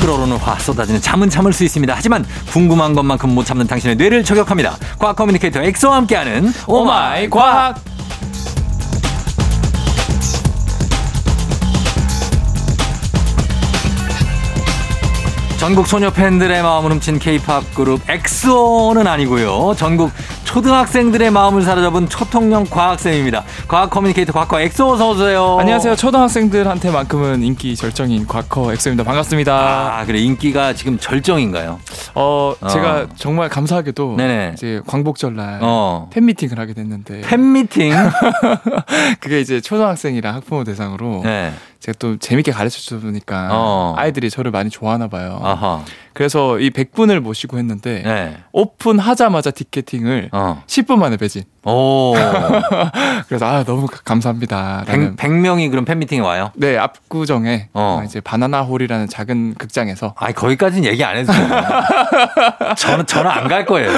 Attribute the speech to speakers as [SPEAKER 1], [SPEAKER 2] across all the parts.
[SPEAKER 1] 수로로는 화 쏟아지는 잠은 참을 수 있습니다. 하지만 궁금한 것만큼 못 참는 당신의 뇌를 저격합니다. 과학 커뮤니케이터 엑소와 함께하는 오마이 과학. 전국 소녀 팬들의 마음을 훔친 케이팝 그룹 엑소는 아니고요. 전국 초등학생들의 마음을 사로잡은 초통령 과학쌤입니다. 과학 커뮤니케이터 과학과 엑소 어서 오세요.
[SPEAKER 2] 안녕하세요. 초등학생들한테만큼은 인기 절정인 과커 엑소입니다. 반갑습니다.
[SPEAKER 1] 아 그래 인기가 지금 절정인가요?
[SPEAKER 2] 어,
[SPEAKER 1] 어.
[SPEAKER 2] 제가 정말 감사하게도
[SPEAKER 1] 네네.
[SPEAKER 2] 이제 광복절 날
[SPEAKER 1] 어.
[SPEAKER 2] 팬미팅을 하게 됐는데
[SPEAKER 1] 팬미팅.
[SPEAKER 2] 그게 이제 초등학생이랑 학부모 대상으로
[SPEAKER 1] 네.
[SPEAKER 2] 제가 또 재밌게 가르쳐 주니까
[SPEAKER 1] 어.
[SPEAKER 2] 아이들이 저를 많이 좋아하나 봐요.
[SPEAKER 1] 아하.
[SPEAKER 2] 그래서 이 100분을 모시고 했는데
[SPEAKER 1] 네.
[SPEAKER 2] 오픈하자마자 티켓팅을
[SPEAKER 1] 어.
[SPEAKER 2] 10분 만에 배진.
[SPEAKER 1] 오.
[SPEAKER 2] 그래서 아, 너무 가- 감사합니다. 라는
[SPEAKER 1] 100, 명이 그럼 팬미팅에 와요?
[SPEAKER 2] 네, 압구정에
[SPEAKER 1] 어.
[SPEAKER 2] 이제 바나나 홀이라는 작은 극장에서
[SPEAKER 1] 아니, 거기까지는 얘기 안 해도 돼요. 저는, 저는 안 갈 거예요.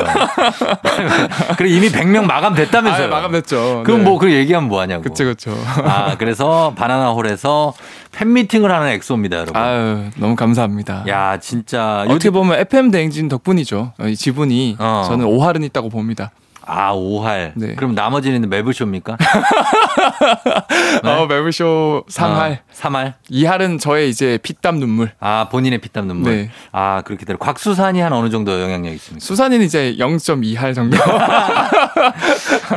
[SPEAKER 1] 그래, 이미 100명 마감됐다면서요.
[SPEAKER 2] 아, 마감됐죠.
[SPEAKER 1] 그럼
[SPEAKER 2] 네.
[SPEAKER 1] 뭐, 그 얘기하면 뭐하냐고.
[SPEAKER 2] 그쵸 그쵸.
[SPEAKER 1] 아, 그래서 바나나홀에서 팬미팅을 하는 엑소입니다, 여러분.
[SPEAKER 2] 아유 너무 감사합니다.
[SPEAKER 1] 야, 진짜.
[SPEAKER 2] 어떻게 보면 FM 대행진 덕분이죠. 어, 이 지분이
[SPEAKER 1] 어.
[SPEAKER 2] 저는 오할은 있다고 봅니다.
[SPEAKER 1] 아, 오할.
[SPEAKER 2] 네.
[SPEAKER 1] 그럼 나머지는 매블쇼입니까?
[SPEAKER 2] 어, 매블쇼 상할,
[SPEAKER 1] 아, 삼할.
[SPEAKER 2] 이할은 저의 이제 피땀 눈물.
[SPEAKER 1] 아, 본인의 피땀 눈물.
[SPEAKER 2] 네.
[SPEAKER 1] 아, 그렇게 되요 곽수산이 한 어느 정도 영향력 있습니까?
[SPEAKER 2] 수산이는 이제 0.2할 정도.
[SPEAKER 1] 아,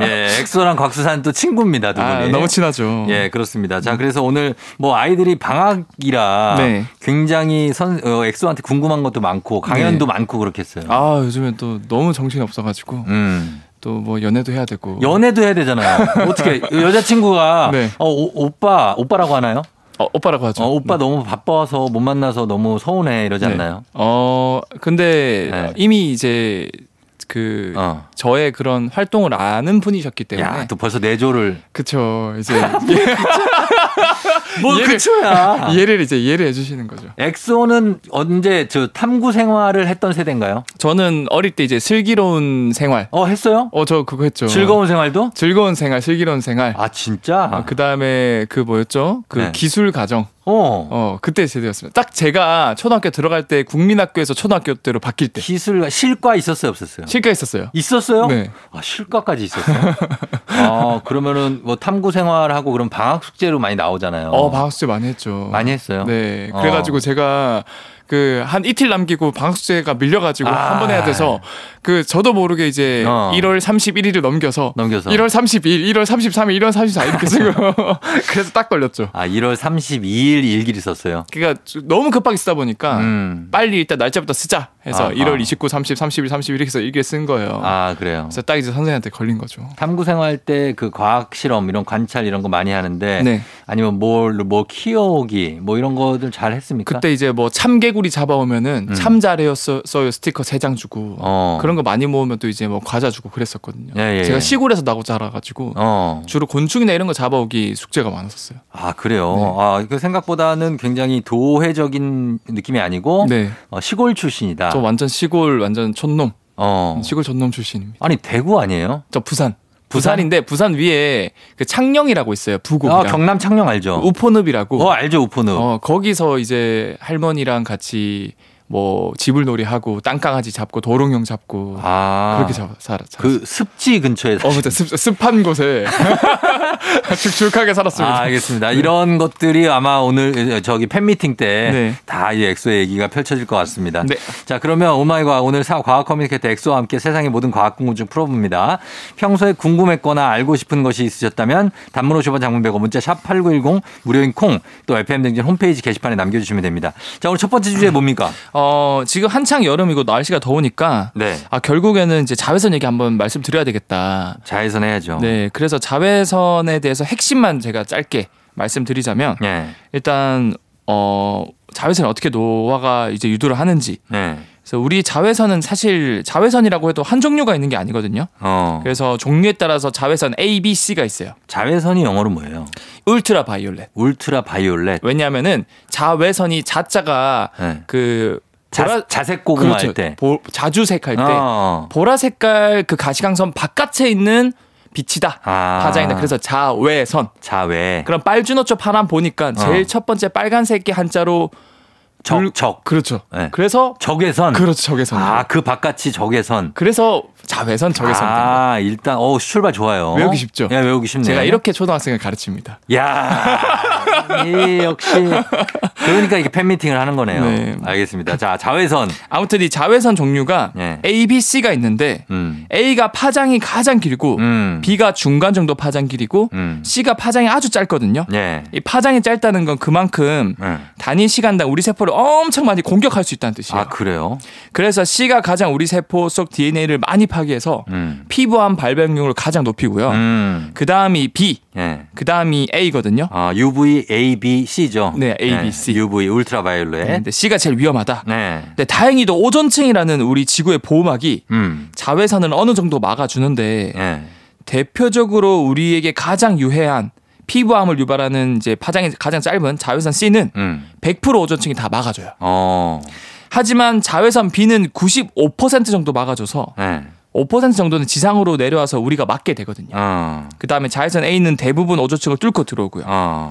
[SPEAKER 1] 예, 엑소랑 곽수산 또 친구입니다, 두 분이.
[SPEAKER 2] 아, 너무 친하죠.
[SPEAKER 1] 네. 예, 그렇습니다. 자, 그래서 오늘 뭐 아이들이 방학이라
[SPEAKER 2] 네.
[SPEAKER 1] 굉장히 선, 어, 엑소한테 궁금한 것도 많고 강연도 많고 그렇겠어요.
[SPEAKER 2] 네. 아 요즘엔 또 너무 정신이 없어가지고
[SPEAKER 1] 음.
[SPEAKER 2] 또 뭐 연애도 해야 되고.
[SPEAKER 1] 연애도 해야 되잖아요. 어떻게 여자친구가
[SPEAKER 2] 네.
[SPEAKER 1] 어, 오, 오빠, 오빠라고 하나요?
[SPEAKER 2] 어, 오빠라고 하죠.
[SPEAKER 1] 어, 오빠 너무 바빠서 못 만나서 너무 서운해 이러지
[SPEAKER 2] 네.
[SPEAKER 1] 않나요?
[SPEAKER 2] 어 근데
[SPEAKER 1] 네.
[SPEAKER 2] 이미 이제 그
[SPEAKER 1] 어.
[SPEAKER 2] 저의 그런 활동을 아는 분이셨기 때문에.
[SPEAKER 1] 야, 또 벌써 네 내조를
[SPEAKER 2] 그쵸 이제
[SPEAKER 1] 뭐
[SPEAKER 2] 얘를-
[SPEAKER 1] 그쵸야.
[SPEAKER 2] 이해를 이제 이해를 해주시는 거죠.
[SPEAKER 1] 엑소는 언제 저 탐구 생활을 했던 세대인가요?
[SPEAKER 2] 저는 어릴 때 이제 슬기로운 생활.
[SPEAKER 1] 어, 했어요?
[SPEAKER 2] 어, 저 그거 했죠.
[SPEAKER 1] 즐거운 생활도?
[SPEAKER 2] 즐거운 생활, 슬기로운 생활.
[SPEAKER 1] 아, 진짜?
[SPEAKER 2] 그 다음에 그 뭐였죠? 그
[SPEAKER 1] 네.
[SPEAKER 2] 기술 가정.
[SPEAKER 1] 어.
[SPEAKER 2] 어, 그때 세대였습니다. 딱 제가 초등학교 들어갈 때 국민학교에서 초등학교 때로 바뀔 때.
[SPEAKER 1] 기술 실과 있었어요, 없었어요?
[SPEAKER 2] 실패했었어요.
[SPEAKER 1] 있었어요?
[SPEAKER 2] 네.
[SPEAKER 1] 아, 실과까지 있었어요? 아, 그러면은 뭐 탐구 생활하고 그럼 방학 숙제로 많이 나오잖아요.
[SPEAKER 2] 어, 방학수제 많이 했죠.
[SPEAKER 1] 많이 했어요?
[SPEAKER 2] 네.
[SPEAKER 1] 어.
[SPEAKER 2] 그래가지고 제가 그 한 이틀 남기고 방학수제가 밀려가지고
[SPEAKER 1] 아.
[SPEAKER 2] 한 번 해야 돼서 그 저도 모르게 이제
[SPEAKER 1] 어.
[SPEAKER 2] 1월 31일을 넘겨서
[SPEAKER 1] 넘겨서.
[SPEAKER 2] 1월 32일, 1월 33일, 1월 34일 이렇게 쓰고 그래서 딱 걸렸죠.
[SPEAKER 1] 아, 1월 32일 일기를 썼어요.
[SPEAKER 2] 그러니까 너무 급하게 쓰다 보니까
[SPEAKER 1] 음.
[SPEAKER 2] 빨리 일단 날짜부터 쓰자 해서
[SPEAKER 1] 아,
[SPEAKER 2] 1월
[SPEAKER 1] 아.
[SPEAKER 2] 29, 30, 31, 31 이렇게 해서 일기를 쓴 거예요.
[SPEAKER 1] 아, 그래요.
[SPEAKER 2] 그래서 딱 이제 선생님한테 걸린 거죠.
[SPEAKER 1] 탐구 생활 때 그 과학 실험 이런 관찰 이런 거 많이 하는데
[SPEAKER 2] 네.
[SPEAKER 1] 아니면 뭘 뭐 키워오기 뭐 이런 거들 잘 했습니까?
[SPEAKER 2] 그때 이제 뭐 참개구리 잡아오면은
[SPEAKER 1] 그러니까 음.
[SPEAKER 2] 참 잘해요 써- 써요 스티커 3장 주고
[SPEAKER 1] 어.
[SPEAKER 2] 그런 거 많이 모으면 또 이제 뭐 과자 주고 그랬었거든요.
[SPEAKER 1] 예, 예,
[SPEAKER 2] 제가
[SPEAKER 1] 예.
[SPEAKER 2] 시골에서 나고 자라가지고
[SPEAKER 1] 어.
[SPEAKER 2] 주로 곤충이나 이런 거 잡아오기 숙제가 많았었어요.
[SPEAKER 1] 아, 그래요.
[SPEAKER 2] 네.
[SPEAKER 1] 아, 그 생각보다는 굉장히 도회적인 느낌이 아니고
[SPEAKER 2] 네.
[SPEAKER 1] 어, 시골 출신이다.
[SPEAKER 2] 저 완전 시골 완전 촌놈
[SPEAKER 1] 어.
[SPEAKER 2] 시골 촌놈 출신입니다.
[SPEAKER 1] 아니, 대구 아니에요?
[SPEAKER 2] 저 부산.
[SPEAKER 1] 부산?
[SPEAKER 2] 부산인데 부산 위에 그 창녕이라고 있어요.
[SPEAKER 1] 아,
[SPEAKER 2] 부곡이랑
[SPEAKER 1] 경남 창녕 알죠?
[SPEAKER 2] 우포늪이라고.
[SPEAKER 1] 어, 알죠, 우포늪.
[SPEAKER 2] 어, 거기서 이제 할머니랑 같이 뭐 지불놀이 하고 땅강아지 잡고 도롱뇽 잡고
[SPEAKER 1] 아.
[SPEAKER 2] 그렇게 잡 살았죠.
[SPEAKER 1] 그 습지 근처에
[SPEAKER 2] 어,
[SPEAKER 1] 사시는
[SPEAKER 2] 진짜 습, 습한 곳에 축축하게 살았습니다.
[SPEAKER 1] 아,
[SPEAKER 2] 네.
[SPEAKER 1] 알겠습니다. 이런 것들이 아마 오늘 저기 팬미팅 때 다 이 엑소의 얘기가 펼쳐질 것 같습니다.
[SPEAKER 2] 네.
[SPEAKER 1] 자, 그러면 오마이과 오늘 사- 과학 커뮤니케이터 엑소와 함께 세상의 모든 과학 궁금증 풀어봅니다. 평소에 궁금했거나 알고 싶은 것이 있으셨다면 단문 50원 장문 100원 문자 샵 8910 무료인 콩 또 FM등진 홈페이지 게시판에 남겨주시면 됩니다. 자, 오늘 첫 번째 주제 뭡니까?
[SPEAKER 2] 어, 지금 한창 여름이고 날씨가 더우니까
[SPEAKER 1] 네.
[SPEAKER 2] 아, 결국에는 이제 자외선 얘기 한번 말씀드려야 되겠다.
[SPEAKER 1] 자외선 해야죠.
[SPEAKER 2] 네. 그래서 자외선에 대해서 핵심만 제가 짧게 말씀드리자면
[SPEAKER 1] 네.
[SPEAKER 2] 일단 어, 자외선이 어떻게 노화가 이제 유도를 하는지
[SPEAKER 1] 네.
[SPEAKER 2] 그래서 우리 자외선은 사실 자외선이라고 해도 한 종류가 있는 게 아니거든요.
[SPEAKER 1] 어.
[SPEAKER 2] 그래서 종류에 따라서 자외선 A, B, C가 있어요.
[SPEAKER 1] 자외선이 영어로 뭐예요?
[SPEAKER 2] 울트라 바이올렛.
[SPEAKER 1] 울트라 바이올렛.
[SPEAKER 2] 왜냐하면은 자외선이 자자가
[SPEAKER 1] 네.
[SPEAKER 2] 그 보라
[SPEAKER 1] 자, 자색 고구마
[SPEAKER 2] 그렇죠.
[SPEAKER 1] 할 때.
[SPEAKER 2] 보- 자주색 할 때
[SPEAKER 1] 어.
[SPEAKER 2] 보라 색깔 그 가시광선 바깥에 있는 빛이다.
[SPEAKER 1] 아.
[SPEAKER 2] 파장이다. 그래서 자외선.
[SPEAKER 1] 자외.
[SPEAKER 2] 그럼 빨주노초 파란 보니까 제일
[SPEAKER 1] 어.
[SPEAKER 2] 첫 번째 빨간색이 한자로
[SPEAKER 1] 적,
[SPEAKER 2] 불-
[SPEAKER 1] 적.
[SPEAKER 2] 그렇죠.
[SPEAKER 1] 네.
[SPEAKER 2] 그래서
[SPEAKER 1] 적외선.
[SPEAKER 2] 그 그렇죠. 적외선.
[SPEAKER 1] 아, 그 바깥이 적외선.
[SPEAKER 2] 그래서 자외선, 적외선.
[SPEAKER 1] 아, 일단, 어 출발 좋아요.
[SPEAKER 2] 외우기 쉽죠?
[SPEAKER 1] 예, 외우기 쉽네요.
[SPEAKER 2] 제가 이렇게 초등학생을 가르칩니다.
[SPEAKER 1] 야, 이 역시. 그러니까 이게 팬미팅을 하는 거네요.
[SPEAKER 2] 네.
[SPEAKER 1] 알겠습니다. 자, 자외선.
[SPEAKER 2] 아무튼 이 자외선 종류가
[SPEAKER 1] 예.
[SPEAKER 2] A, B, C가 있는데
[SPEAKER 1] 음.
[SPEAKER 2] A가 파장이 가장 길고
[SPEAKER 1] 음.
[SPEAKER 2] B가 중간 정도 파장 길이고
[SPEAKER 1] 음.
[SPEAKER 2] C가 파장이 아주 짧거든요.
[SPEAKER 1] 예.
[SPEAKER 2] 이 파장이 짧다는 건 그만큼
[SPEAKER 1] 음.
[SPEAKER 2] 단위 시간당 우리 세포를 엄청 많이 공격할 수 있다는 뜻이에요.
[SPEAKER 1] 아, 그래요?
[SPEAKER 2] 그래서 C가 가장 우리 세포 속 DNA를 많이 파괴해서
[SPEAKER 1] 음.
[SPEAKER 2] 피부암 발병률을 가장 높이고요.
[SPEAKER 1] 음.
[SPEAKER 2] 그 다음이 B,
[SPEAKER 1] 예.
[SPEAKER 2] 그 다음이 A거든요.
[SPEAKER 1] 아, UV, A, B, C죠?
[SPEAKER 2] 네, A, B, C.
[SPEAKER 1] UV, 울트라바이올렛.
[SPEAKER 2] 네, 근데 C가 제일 위험하다.
[SPEAKER 1] 네.
[SPEAKER 2] 근데 다행히도 오존층이라는 우리 지구의 보호막이
[SPEAKER 1] 음.
[SPEAKER 2] 자외선을 어느 정도 막아주는데
[SPEAKER 1] 예.
[SPEAKER 2] 대표적으로 우리에게 가장 유해한 피부암을 유발하는 이제 파장이 가장 짧은 자외선 C는
[SPEAKER 1] 음.
[SPEAKER 2] 100% 오존층이 다 막아줘요.
[SPEAKER 1] 어.
[SPEAKER 2] 하지만 자외선 B는 95% 정도 막아줘서
[SPEAKER 1] 예.
[SPEAKER 2] 5% 정도는 지상으로 내려와서 우리가 맞게 되거든요.
[SPEAKER 1] 어.
[SPEAKER 2] 그 다음에 자외선 A는 대부분 오존층을 뚫고 들어오고요.
[SPEAKER 1] 어.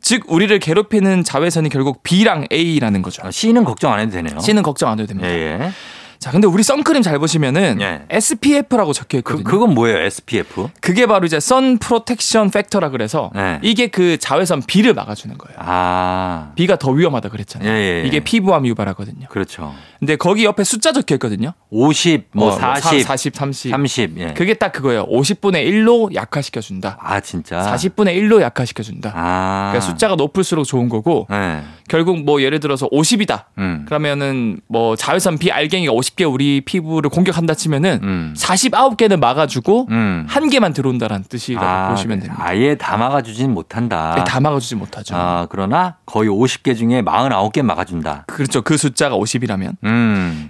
[SPEAKER 2] 즉 우리를 괴롭히는 자외선이 결국 B랑 A라는 거죠.
[SPEAKER 1] 어, C는 걱정 안 해도 되네요.
[SPEAKER 2] C는 걱정 안 해도
[SPEAKER 1] 예,
[SPEAKER 2] 됩니다.
[SPEAKER 1] 예.
[SPEAKER 2] 자, 근데 우리 선크림 잘 보시면은
[SPEAKER 1] 예.
[SPEAKER 2] SPF라고
[SPEAKER 1] 그,
[SPEAKER 2] 적혀 있거든요. 그,
[SPEAKER 1] 그건 뭐예요? SPF?
[SPEAKER 2] 게 바로 이제 선 프로텍션 팩터라 그래서
[SPEAKER 1] 예.
[SPEAKER 2] 이게 그 자외선 B를 막아주는 거예요.
[SPEAKER 1] 아.
[SPEAKER 2] B가 더 위험하다
[SPEAKER 1] 예,
[SPEAKER 2] 그랬잖아요.
[SPEAKER 1] 예. 예.
[SPEAKER 2] 이게 피부암 유발하거든요.
[SPEAKER 1] 그렇죠.
[SPEAKER 2] 근데 거기 옆에 숫자 적혀 있거든요.
[SPEAKER 1] 50,
[SPEAKER 2] 어,
[SPEAKER 1] 뭐 40,
[SPEAKER 2] 40, 30.
[SPEAKER 1] 30. 예.
[SPEAKER 2] 그게 딱 그거예요. 50분의 1로 약화시켜 준다.
[SPEAKER 1] 아, 진짜.
[SPEAKER 2] 40분의 1로 약화시켜 준다.
[SPEAKER 1] 아.
[SPEAKER 2] 그러니까 숫자가 높을수록 좋은 거고
[SPEAKER 1] 예.
[SPEAKER 2] 결국 뭐 예를 들어서 50이다.
[SPEAKER 1] 음.
[SPEAKER 2] 그러면은 뭐 자외선 비 알갱이가 50개 우리 피부를 공격한다 치면은
[SPEAKER 1] 음.
[SPEAKER 2] 49개는 막아주고
[SPEAKER 1] 음.
[SPEAKER 2] 한 개만 들어온다라는 뜻이라고 보시면 됩니다. 예,
[SPEAKER 1] 아예 다 막아주진 못한다.
[SPEAKER 2] 다 막아주지 못하죠.
[SPEAKER 1] 아, 그러나 거의 50개 중에 49개 막아준다.
[SPEAKER 2] 그렇죠. 그 숫자가 50이라면.
[SPEAKER 1] 음.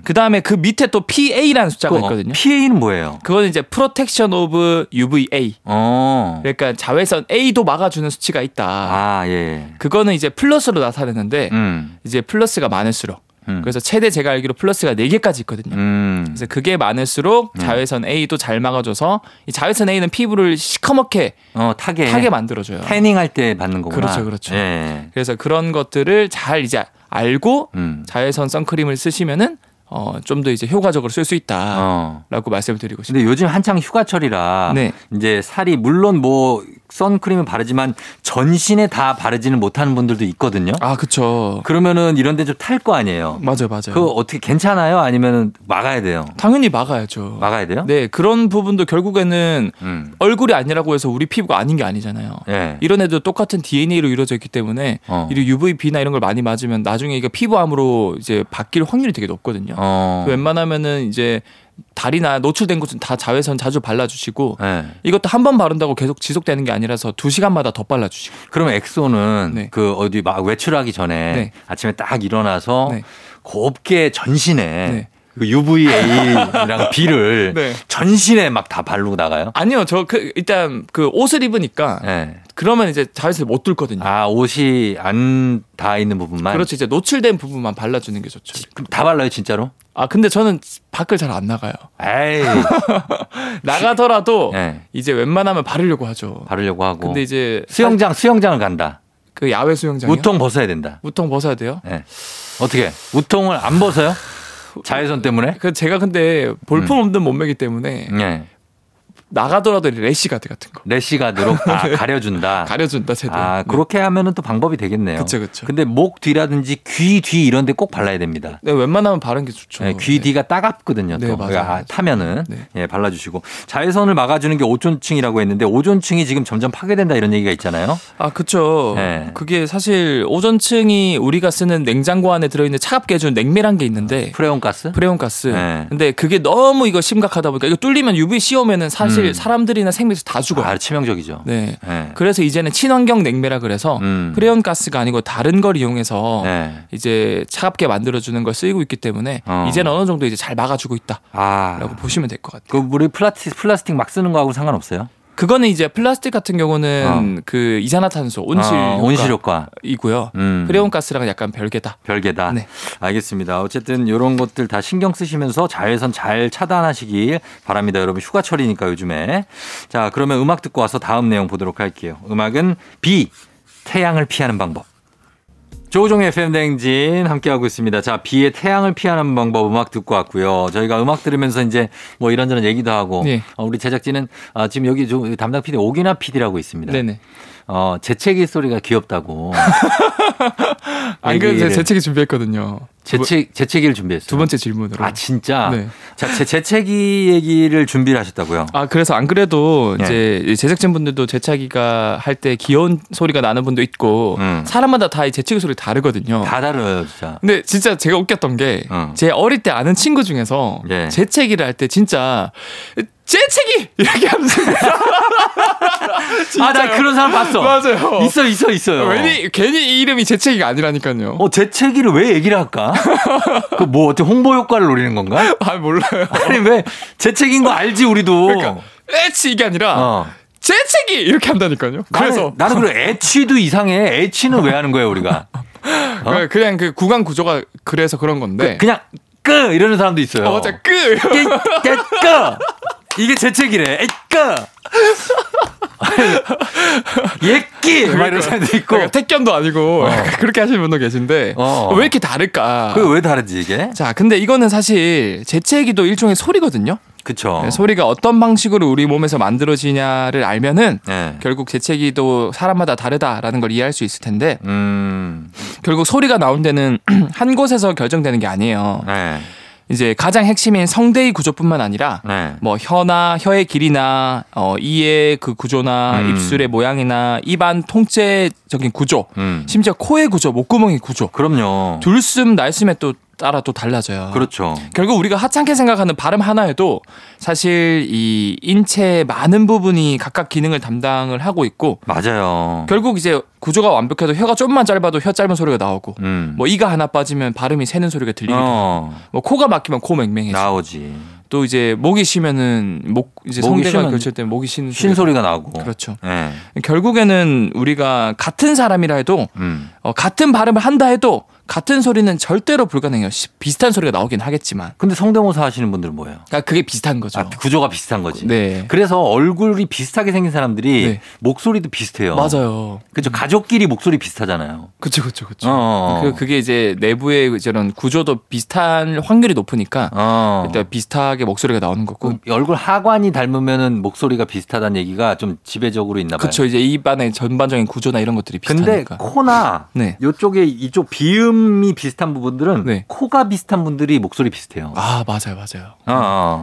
[SPEAKER 1] 그,
[SPEAKER 2] 그 다음에 그 밑에 또 PA라는 숫자가 있거든요.
[SPEAKER 1] PA는 뭐예요?
[SPEAKER 2] 그거는 이제 프로텍션 오브 UVA.
[SPEAKER 1] 어.
[SPEAKER 2] 그러니까 자외선 A도 막아주는 수치가 있다.
[SPEAKER 1] 아, 예.
[SPEAKER 2] 그거는 이제 플러스로 나타내는데
[SPEAKER 1] 음.
[SPEAKER 2] 이제 플러스가 많을수록
[SPEAKER 1] 음.
[SPEAKER 2] 그래서 최대 제가 알기로 플러스가 4개까지 있거든요.
[SPEAKER 1] 음.
[SPEAKER 2] 그래서 그게 많을수록 자외선 A도 잘 막아줘서 이 자외선 A는 피부를 시커멓게
[SPEAKER 1] 어, 타게.
[SPEAKER 2] 그 타게 만들어줘요.
[SPEAKER 1] 태닝 할때 받는 거구나.
[SPEAKER 2] 그렇죠, 그렇죠.
[SPEAKER 1] 예.
[SPEAKER 2] 그래서 그런 것들을 잘 이제 알고
[SPEAKER 1] 음.
[SPEAKER 2] 자외선 선크림을 쓰시면은 어, 좀 더 이제 효과적으로 쓸 수 있다라고
[SPEAKER 1] 어.
[SPEAKER 2] 말씀을 드리고 싶습니다.
[SPEAKER 1] 근데 요즘 한창 휴가철이라
[SPEAKER 2] 네.
[SPEAKER 1] 이제 살이 물론 뭐 선크림을 바르지만 전신에 다 바르지는 못하는 분들도 있거든요.
[SPEAKER 2] 아, 음. 그쵸.
[SPEAKER 1] 그러면은 이런 데 좀 탈 거 아니에요.
[SPEAKER 2] 맞아요, 맞아요.
[SPEAKER 1] 그거 어떻게 괜찮아요? 아니면 막아야 돼요?
[SPEAKER 2] 당연히 막아야죠.
[SPEAKER 1] 막아야 돼요?
[SPEAKER 2] 네, 그런 부분도 결국에는
[SPEAKER 1] 음.
[SPEAKER 2] 얼굴이 아니라고 해서 우리 피부가 아닌 게 아니잖아요.
[SPEAKER 1] 예.
[SPEAKER 2] 이런 애도 똑같은 DNA로 네. 이루어져 있기 때문에
[SPEAKER 1] 어.
[SPEAKER 2] 이런 UVB나 이런 걸 많이 맞으면 나중에 이게 피부암으로 이제 바뀔 확률이 되게 높거든요. 그
[SPEAKER 1] 어.
[SPEAKER 2] 웬만하면은 이제 다리나 노출된 곳은 다 자외선 자주 발라주시고
[SPEAKER 1] 예.
[SPEAKER 2] 이것도 한 번 바른다고 계속 지속되는 게 아니라서 두 시간마다 더 발라주시고
[SPEAKER 1] 그럼 엑소는
[SPEAKER 2] 네.
[SPEAKER 1] 그 어디 막 외출하기 전에
[SPEAKER 2] 네.
[SPEAKER 1] 아침에 딱 일어나서
[SPEAKER 2] 네.
[SPEAKER 1] 곱게 전신에
[SPEAKER 2] 네.
[SPEAKER 1] 그 UVA랑 B를
[SPEAKER 2] 네.
[SPEAKER 1] 전신에 막 다 바르고 나가요?
[SPEAKER 2] 아니요 저 그 일단 그 옷을 입으니까
[SPEAKER 1] 예.
[SPEAKER 2] 그러면 이제 자외선을 못 뚫거든요.
[SPEAKER 1] 아 옷이 안 닿아 있는 부분만
[SPEAKER 2] 그렇죠 이제 노출된 부분만 발라주는 게 좋죠.
[SPEAKER 1] 그럼 다 발라요 진짜로?
[SPEAKER 2] 아 근데 저는 밖을 잘 안 나가요.
[SPEAKER 1] 에이
[SPEAKER 2] 나가더라도
[SPEAKER 1] 예,
[SPEAKER 2] 이제 웬만하면 바르려고 하죠.
[SPEAKER 1] 바르려고 하고
[SPEAKER 2] 근데 이제
[SPEAKER 1] 수영장 수영장을 간다
[SPEAKER 2] 그 야외 수영장이요?
[SPEAKER 1] 우통 벗어야 된다
[SPEAKER 2] 우통 벗어야 돼요?
[SPEAKER 1] 예. 어떻게 우통을 안 벗어요? 자외선 때문에?
[SPEAKER 2] 그 제가 근데
[SPEAKER 1] 음.
[SPEAKER 2] 볼품 없는 몸매기 때문에
[SPEAKER 1] 예.
[SPEAKER 2] 나가더라도 이 래시 가드 같은 거
[SPEAKER 1] 래시가드로
[SPEAKER 2] 네.
[SPEAKER 1] 아, 가려준다
[SPEAKER 2] 가려준다 제대.
[SPEAKER 1] 아 그렇게 하면은 또 방법이 되겠네요
[SPEAKER 2] 네. 그쵸, 그쵸.
[SPEAKER 1] 근데 목 뒤라든지 귀 뒤 이런 데 꼭 발라야 됩니다
[SPEAKER 2] 네, 웬만하면 바른 게 좋죠.
[SPEAKER 1] 예, 귀 뒤가 따갑거든요. 또.
[SPEAKER 2] 네, 맞아요,
[SPEAKER 1] 그러니까 아,
[SPEAKER 2] 맞아요.
[SPEAKER 1] 타면은
[SPEAKER 2] 네.
[SPEAKER 1] 예, 발라주시고 자외선을 막아주는 게 오존층이라고 했는데 오존층이 지금 점점 파괴된다 이런 얘기가 있잖아요.
[SPEAKER 2] 아 그쵸.
[SPEAKER 1] 네.
[SPEAKER 2] 그게 사실 오존층이 우리가 쓰는 냉장고 안에 들어있는 차갑게 해주는 냉매란 게 있는데
[SPEAKER 1] 프레온 가스?
[SPEAKER 2] 프레온 가스.
[SPEAKER 1] 네.
[SPEAKER 2] 근데 그게 너무 이거 심각하다 보니까 이거 뚫리면 UV 씌우면은 사실
[SPEAKER 1] 음.
[SPEAKER 2] 사람들이나 생물에서 다 죽어요.
[SPEAKER 1] 아, 치명적이죠.
[SPEAKER 2] 네.
[SPEAKER 1] 예.
[SPEAKER 2] 그래서 이제는 친환경 냉매라 그래서
[SPEAKER 1] 음.
[SPEAKER 2] 프레온 가스가 아니고 다른 걸 이용해서
[SPEAKER 1] 예.
[SPEAKER 2] 이제 차갑게 만들어주는 걸 쓰이고 있기 때문에
[SPEAKER 1] 어.
[SPEAKER 2] 이제는 어느 정도 이제 잘 막아주고 있다라고
[SPEAKER 1] 아.
[SPEAKER 2] 보시면 될 것 같아요.
[SPEAKER 1] 그 우리 플라스틱 플라스틱 막 쓰는 거하고 상관없어요?
[SPEAKER 2] 그거는 이제 플라스틱 같은 경우는 그 이산화탄소 온실
[SPEAKER 1] 아, 온실 효과.
[SPEAKER 2] 효과이고요.
[SPEAKER 1] 음.
[SPEAKER 2] 프레온 가스랑은 약간 별개다.
[SPEAKER 1] 별개다.
[SPEAKER 2] 네.
[SPEAKER 1] 알겠습니다. 어쨌든 이런 것들 다 신경 쓰시면서 자외선 잘 차단하시길 바랍니다. 여러분 휴가철이니까 요즘에. 자, 그러면 음악 듣고 와서 다음 내용 보도록 할게요. 음악은 B 태양을 피하는 방법. 조종의 FM대행진 함께하고 있습니다. 자, 비의 태양을 피하는 방법 음악 듣고 왔고요. 저희가 음악 들으면서 이제 뭐 이런저런 얘기도 하고
[SPEAKER 2] 예.
[SPEAKER 1] 어, 우리 제작진은 아, 지금 여기 저 담당 PD 오기나 PD라고 있습니다.
[SPEAKER 2] 네네.
[SPEAKER 1] 어, 재채기 소리가 귀엽다고
[SPEAKER 2] 안 그래도 아, 제가
[SPEAKER 1] 얘기를-
[SPEAKER 2] 재채기 준비했거든요. 두, 번-
[SPEAKER 1] 재채, 재채기를 준비했어요.
[SPEAKER 2] 두 번째 질문으로.
[SPEAKER 1] 아, 진짜?
[SPEAKER 2] 네.
[SPEAKER 1] 자, 제, 재채기 얘기를 준비를 하셨다고요?
[SPEAKER 2] 아 그래서 안 그래도
[SPEAKER 1] 예.
[SPEAKER 2] 이제 제작진 분들도 재차기가 할 때 귀여운 소리가 나는 분도 있고
[SPEAKER 1] 음.
[SPEAKER 2] 사람마다 다 이 재채기 소리 다르거든요.
[SPEAKER 1] 다 다르요, 진짜.
[SPEAKER 2] 근데 진짜 제가 웃겼던 게
[SPEAKER 1] 음.
[SPEAKER 2] 제 어릴 때 아는 친구 중에서
[SPEAKER 1] 예.
[SPEAKER 2] 재채기를 할 때 진짜 재채기 이렇게 하면서
[SPEAKER 1] 아, 나 그런 사람 봤어.
[SPEAKER 2] 맞아요.
[SPEAKER 1] 있어, 있어, 있어요.
[SPEAKER 2] 괜히 괜히 이 이름이 재채기가 아니라니까요.
[SPEAKER 1] 어, 재채기를 왜 얘기를 할까? 그 뭐 어떻게 홍보 효과를 노리는 건가?
[SPEAKER 2] 아 몰라요.
[SPEAKER 1] 아니 왜 재채기인 거 알지 우리도.
[SPEAKER 2] 그러니까 에치 이게 아니라
[SPEAKER 1] 어.
[SPEAKER 2] 재채기 이렇게 한다니까요. 그래서
[SPEAKER 1] 나는, 나는 그래 애취도 이상해. 애취는 왜 하는 거야 우리가? 어?
[SPEAKER 2] 그- 그냥 그 구간 구조가 그래서 그런 건데.
[SPEAKER 1] 그냥 끄 이러는 사람도 있어요.
[SPEAKER 2] 네. 어, 맞아. 끄.
[SPEAKER 1] 끼, 끼, 끄 이게 재채기래. 에이, 끄. 예끼 막그 이런 사람도 있고.
[SPEAKER 2] 그러니까 택견도 아니고 그렇게 하시는 분도 계신데
[SPEAKER 1] 어.
[SPEAKER 2] 왜 이렇게 다를까?
[SPEAKER 1] 그게 왜 다르지 이게?
[SPEAKER 2] 자, 근데 이거는 사실 재채기도 일종의 소리거든요.
[SPEAKER 1] 그쵸.
[SPEAKER 2] 네, 소리가 어떤 방식으로 우리 몸에서 만들어지냐를 알면은
[SPEAKER 1] 예.
[SPEAKER 2] 결국 재채기도 사람마다 다르다라는 걸 이해할 수 있을 텐데
[SPEAKER 1] 음.
[SPEAKER 2] 결국 소리가 나온 데는 한 곳에서 결정되는 게 아니에요.
[SPEAKER 1] 네.
[SPEAKER 2] 이제 가장 핵심인 성대의 구조뿐만 아니라
[SPEAKER 1] 네.
[SPEAKER 2] 뭐 혀나 혀의 길이나 어, 이의 그 구조나
[SPEAKER 1] 음.
[SPEAKER 2] 입술의 모양이나 입안 통째적인 구조
[SPEAKER 1] 음.
[SPEAKER 2] 심지어 코의 구조, 목구멍의 구조,
[SPEAKER 1] 그럼요.
[SPEAKER 2] 둘숨 날숨에 또 따라 또 달라져요.
[SPEAKER 1] 그렇죠.
[SPEAKER 2] 결국 우리가 하찮게 생각하는 발음 하나에도 사실 이 인체의 많은 부분이 각각 기능을 담당을 하고 있고
[SPEAKER 1] 맞아요.
[SPEAKER 2] 결국 이제 구조가 완벽해도 혀가 좀만 짧아도 혀 짧은 소리가 나오고
[SPEAKER 1] 음.
[SPEAKER 2] 뭐 이가 하나 빠지면 발음이 새는 소리가 들리고
[SPEAKER 1] 어,
[SPEAKER 2] 뭐 코가 막히면 코 맹맹해지 고
[SPEAKER 1] 나오지.
[SPEAKER 2] 또 이제 목이 쉬면은 목 이제
[SPEAKER 1] 목이
[SPEAKER 2] 성대가
[SPEAKER 1] 쉬면
[SPEAKER 2] 결절되면 목이 쉬는
[SPEAKER 1] 쉰
[SPEAKER 2] 소리가
[SPEAKER 1] 소리가 나고.
[SPEAKER 2] 그렇죠.
[SPEAKER 1] 예.
[SPEAKER 2] 결국에는 우리가 같은 사람이라 해도
[SPEAKER 1] 음.
[SPEAKER 2] 어, 같은 발음을 한다 해도 같은 소리는 절대로 불가능해요. 시- 비슷한 소리가 나오긴 하겠지만.
[SPEAKER 1] 근데 성대모사 하시는 분들은 뭐예요?
[SPEAKER 2] 그러니까 그게 비슷한 거죠.
[SPEAKER 1] 아, 구조가 비슷한 거지.
[SPEAKER 2] 네.
[SPEAKER 1] 그래서 얼굴이 비슷하게 생긴 사람들이
[SPEAKER 2] 네.
[SPEAKER 1] 목소리도 비슷해요.
[SPEAKER 2] 맞아요.
[SPEAKER 1] 그죠 가족끼리 목소리 비슷하잖아요.
[SPEAKER 2] 그쵸, 그쵸, 그쵸.
[SPEAKER 1] 어.
[SPEAKER 2] 그, 그게 이제 내부의 저런 구조도 비슷한 확률이 높으니까
[SPEAKER 1] 어.
[SPEAKER 2] 그, 일단 비슷하게 목소리가 나오는 거고.
[SPEAKER 1] 그 얼굴 하관이 닮으면은 목소리가 비슷하다는 얘기가 좀 지배적으로 있나 봐요.
[SPEAKER 2] 그쵸, 이제 입안의 전반적인 구조나 이런 것들이
[SPEAKER 1] 근데
[SPEAKER 2] 비슷하니까.
[SPEAKER 1] 코나
[SPEAKER 2] 네.
[SPEAKER 1] 요쪽에 이쪽 비음이 비슷한 부분들은
[SPEAKER 2] 네.
[SPEAKER 1] 코가 비슷한 분들이 목소리 비슷해요.
[SPEAKER 2] 아, 맞아요, 맞아요.
[SPEAKER 1] 어,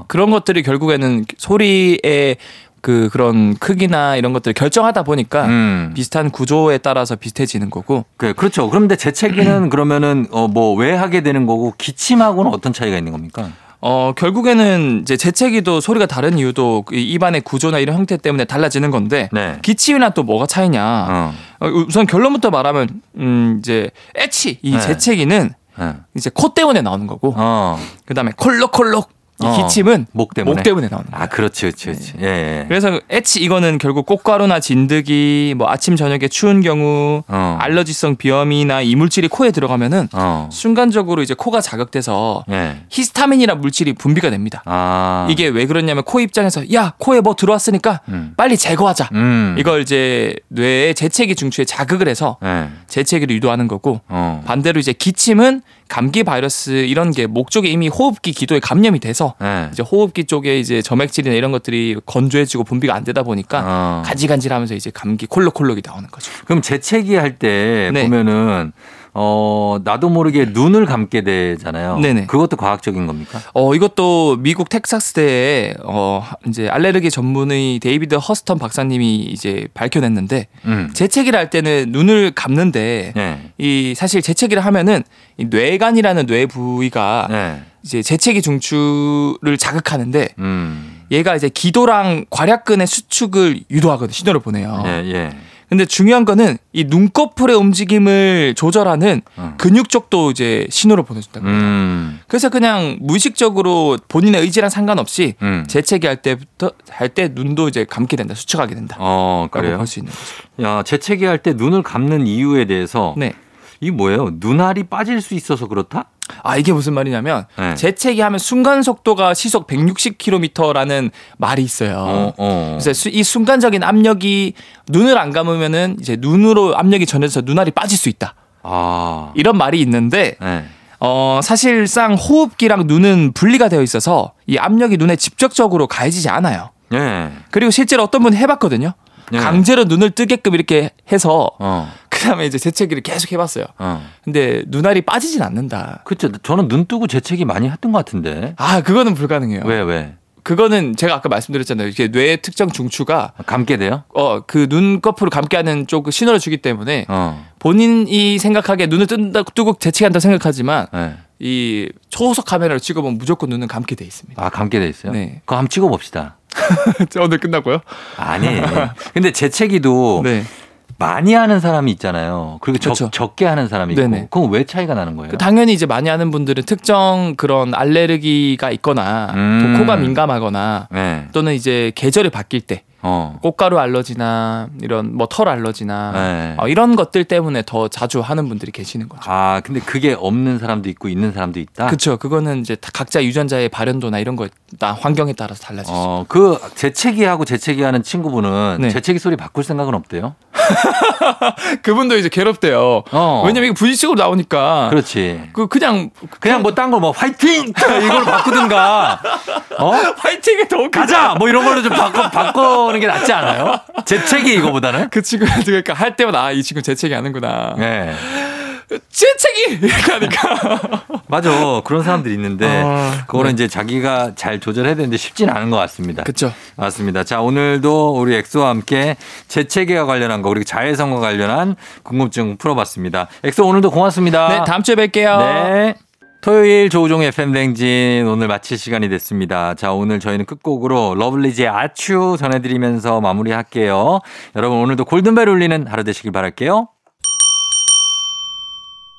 [SPEAKER 1] 어.
[SPEAKER 2] 그런 것들이 결국에는 소리의 그 그런 크기나 이런 것들을 결정하다 보니까
[SPEAKER 1] 음.
[SPEAKER 2] 비슷한 구조에 따라서 비슷해지는 거고
[SPEAKER 1] 그, 그렇죠. 그런데 재채기는 그러면은 어, 뭐 왜 하게 되는 거고 기침하고는 어떤 차이가 있는 겁니까?
[SPEAKER 2] 어 결국에는 이제 재채기도 소리가 다른 이유도 이 입안의 구조나 이런 형태 때문에 달라지는 건데
[SPEAKER 1] 네.
[SPEAKER 2] 기침이랑 또 뭐가 차이냐
[SPEAKER 1] 어.
[SPEAKER 2] 어, 우선 결론부터 말하면 음 이제 애치 이
[SPEAKER 1] 네.
[SPEAKER 2] 재채기는
[SPEAKER 1] 네.
[SPEAKER 2] 이제 코 때문에 나오는 거고
[SPEAKER 1] 어.
[SPEAKER 2] 그다음에 콜록콜록 이
[SPEAKER 1] 어.
[SPEAKER 2] 기침은
[SPEAKER 1] 목 때문에.
[SPEAKER 2] 목 때문에 네. 나오는 거예요.
[SPEAKER 1] 아, 그렇지, 그렇지, 그렇지. 예, 예.
[SPEAKER 2] 그래서 애치 이거는 결국 꽃가루나 진드기 뭐 아침 저녁에 추운 경우
[SPEAKER 1] 어.
[SPEAKER 2] 알러지성 비염이나 이물질이 코에 들어가면은
[SPEAKER 1] 어.
[SPEAKER 2] 순간적으로 이제 코가 자극돼서
[SPEAKER 1] 예.
[SPEAKER 2] 히스타민이란 물질이 분비가 됩니다.
[SPEAKER 1] 아.
[SPEAKER 2] 이게 왜 그러냐면 코 입장에서 야 코에 뭐 들어왔으니까
[SPEAKER 1] 음.
[SPEAKER 2] 빨리 제거하자.
[SPEAKER 1] 음.
[SPEAKER 2] 이걸 이제 뇌의 재채기 중추에 자극을 해서
[SPEAKER 1] 예.
[SPEAKER 2] 재채기를 유도하는 거고
[SPEAKER 1] 어.
[SPEAKER 2] 반대로 이제 기침은 감기 바이러스 이런 게 목 쪽에 이미 호흡기 기도에 감염이 돼서
[SPEAKER 1] 예.
[SPEAKER 2] 이제 호흡기 쪽에 이제 점액질이나 이런 것들이 건조해지고 분비가 안 되다 보니까
[SPEAKER 1] 어.
[SPEAKER 2] 간질간질하면서 이제 감기 콜록콜록이 나오는 거죠.
[SPEAKER 1] 그럼 재채기 할 때
[SPEAKER 2] 네.
[SPEAKER 1] 보면은 어, 나도 모르게 눈을 감게 되잖아요.
[SPEAKER 2] 네네.
[SPEAKER 1] 그것도 과학적인 겁니까?
[SPEAKER 2] 어 이것도 미국 텍사스대의 어 이제 알레르기 전문의 데이비드 허스턴 박사님이 이제 밝혀냈는데
[SPEAKER 1] 음.
[SPEAKER 2] 재채기를 할 때는 눈을 감는데
[SPEAKER 1] 예.
[SPEAKER 2] 이 사실 재채기를 하면은 이 뇌간이라는 뇌 부위가
[SPEAKER 1] 예.
[SPEAKER 2] 이제 재채기 중추를 자극하는데
[SPEAKER 1] 음.
[SPEAKER 2] 얘가 이제 기도랑 괄약근의 수축을 유도하거든 신호를 보내요.
[SPEAKER 1] 예, 예.
[SPEAKER 2] 근데 중요한 거는 이 눈꺼풀의 움직임을 조절하는
[SPEAKER 1] 어.
[SPEAKER 2] 근육 쪽도 이제 신호를 보내준다. 고
[SPEAKER 1] 음.
[SPEAKER 2] 그래서 그냥 무의식적으로 본인의 의지랑 상관없이
[SPEAKER 1] 음.
[SPEAKER 2] 재채기 할 때부터 할 때 눈도 이제 감게 된다, 수축하게 된다.
[SPEAKER 1] 어,
[SPEAKER 2] 라고
[SPEAKER 1] 그래요?
[SPEAKER 2] 볼 수 있는 거죠.
[SPEAKER 1] 야, 재채기 할 때 눈을 감는 이유에 대해서
[SPEAKER 2] 뭐. 네.
[SPEAKER 1] 이 뭐예요? 눈알이 빠질 수 있어서 그렇다?
[SPEAKER 2] 아 이게 무슨 말이냐면
[SPEAKER 1] 네.
[SPEAKER 2] 재채기 하면 순간 속도가 시속 160km라는 말이 있어요.
[SPEAKER 1] 어, 어.
[SPEAKER 2] 그래서 수- 이 순간적인 압력이 눈을 안 감으면은 이제 눈으로 압력이 전해져서 눈알이 빠질 수 있다.
[SPEAKER 1] 아.
[SPEAKER 2] 이런 말이 있는데
[SPEAKER 1] 네.
[SPEAKER 2] 어, 사실상 호흡기랑 눈은 분리가 되어 있어서 이 압력이 눈에 직접적으로 가해지지 않아요.
[SPEAKER 1] 예.
[SPEAKER 2] 그리고 실제로 어떤 분 해봤거든요.
[SPEAKER 1] 예.
[SPEAKER 2] 강제로 눈을 뜨게끔 이렇게 해서
[SPEAKER 1] 어.
[SPEAKER 2] 그다음에 이제 재채기를 계속 해봤어요.
[SPEAKER 1] 어.
[SPEAKER 2] 근데 눈알이 빠지진 않는다.
[SPEAKER 1] 그쵸. 저는 눈 뜨고 재채기 많이 했던 것 같은데.
[SPEAKER 2] 아 그거는 불가능해요.
[SPEAKER 1] 왜, 왜?
[SPEAKER 2] 그거는 제가 아까 말씀드렸잖아요. 이게 뇌의 특정 중추가
[SPEAKER 1] 감게 돼요?
[SPEAKER 2] 어 그 눈꺼풀을 감게 하는 쪽그 신호를 주기 때문에
[SPEAKER 1] 어.
[SPEAKER 2] 본인이 생각하기에 눈을 뜬다 뜨고 재채기한다 고 생각하지만
[SPEAKER 1] 예.
[SPEAKER 2] 이 초호속 카메라를 찍어보면 무조건 눈은 감게 돼 있습니다.
[SPEAKER 1] 아, 감게 돼 있어요?
[SPEAKER 2] 네.
[SPEAKER 1] 그거 한번 찍어봅시다.
[SPEAKER 2] 오늘 끝났고요.
[SPEAKER 1] 아니. 근데 재채기도
[SPEAKER 2] 네.
[SPEAKER 1] 많이 하는 사람이 있잖아요. 그리고
[SPEAKER 2] 그쵸.
[SPEAKER 1] 적, 적게 하는 사람이 있고.
[SPEAKER 2] 네네.
[SPEAKER 1] 그건 왜 차이가 나는 거예요?
[SPEAKER 2] 그 당연히 이제 많이 하는 분들은 특정 그런 알레르기가 있거나
[SPEAKER 1] 음.
[SPEAKER 2] 독호가 민감하거나
[SPEAKER 1] 네.
[SPEAKER 2] 또는 이제 계절이 바뀔 때
[SPEAKER 1] 어.
[SPEAKER 2] 꽃가루 알러지나 이런 뭐 털 알러지나
[SPEAKER 1] 네.
[SPEAKER 2] 어, 이런 것들 때문에 더 자주 하는 분들이 계시는 거죠.
[SPEAKER 1] 아, 근데 그게 없는 사람도 있고 있는 사람도 있다?
[SPEAKER 2] 그렇죠. 그거는 이제 다 각자 유전자의 발현도나 이런 거 다 환경에 따라서 달라지죠.
[SPEAKER 1] 어, 그 재채기하고 재채기하는 친구분은
[SPEAKER 2] 네.
[SPEAKER 1] 재채기 소리 바꿀 생각은 없대요?
[SPEAKER 2] 그분도 이제 괴롭대요.
[SPEAKER 1] 어.
[SPEAKER 2] 왜냐면 이게 부지식으로 나오니까
[SPEAKER 1] 그렇지.
[SPEAKER 2] 그 그냥
[SPEAKER 1] 그냥 뭐 딴 거 뭐 화이팅! 이걸 바꾸든가. 어?
[SPEAKER 2] 파이팅이 더 웃겨.
[SPEAKER 1] 가자! 뭐 이런 걸로 좀 바꿔, 바꾸는 게 낫지 않아요? 재채기 이거보다는?
[SPEAKER 2] 그 친구 그러니까 할 때마다 아이 친구 재채기 하는구나.
[SPEAKER 1] 네.
[SPEAKER 2] 재채기 이렇게 하니까.
[SPEAKER 1] 맞아. 그런 사람들이 있는데,
[SPEAKER 2] 아,
[SPEAKER 1] 그거는 이제 자기가 잘 조절해야 되는데 쉽진 않은 것 같습니다.
[SPEAKER 2] 그렇죠.
[SPEAKER 1] 맞습니다. 자, 오늘도 우리 엑소와 함께 재채기와 관련한 거, 그리고 자외선과 관련한 궁금증 풀어봤습니다. 엑소 오늘도 고맙습니다.
[SPEAKER 2] 네, 다음 주에 뵐게요.
[SPEAKER 1] 네. 토요일 조우종의 FM댕진 오늘 마칠 시간이 됐습니다. 자, 오늘 저희는 끝곡으로 러블리즈의 아츄 전해드리면서 마무리할게요. 여러분 오늘도 골든벨 울리는 하루 되시길 바랄게요.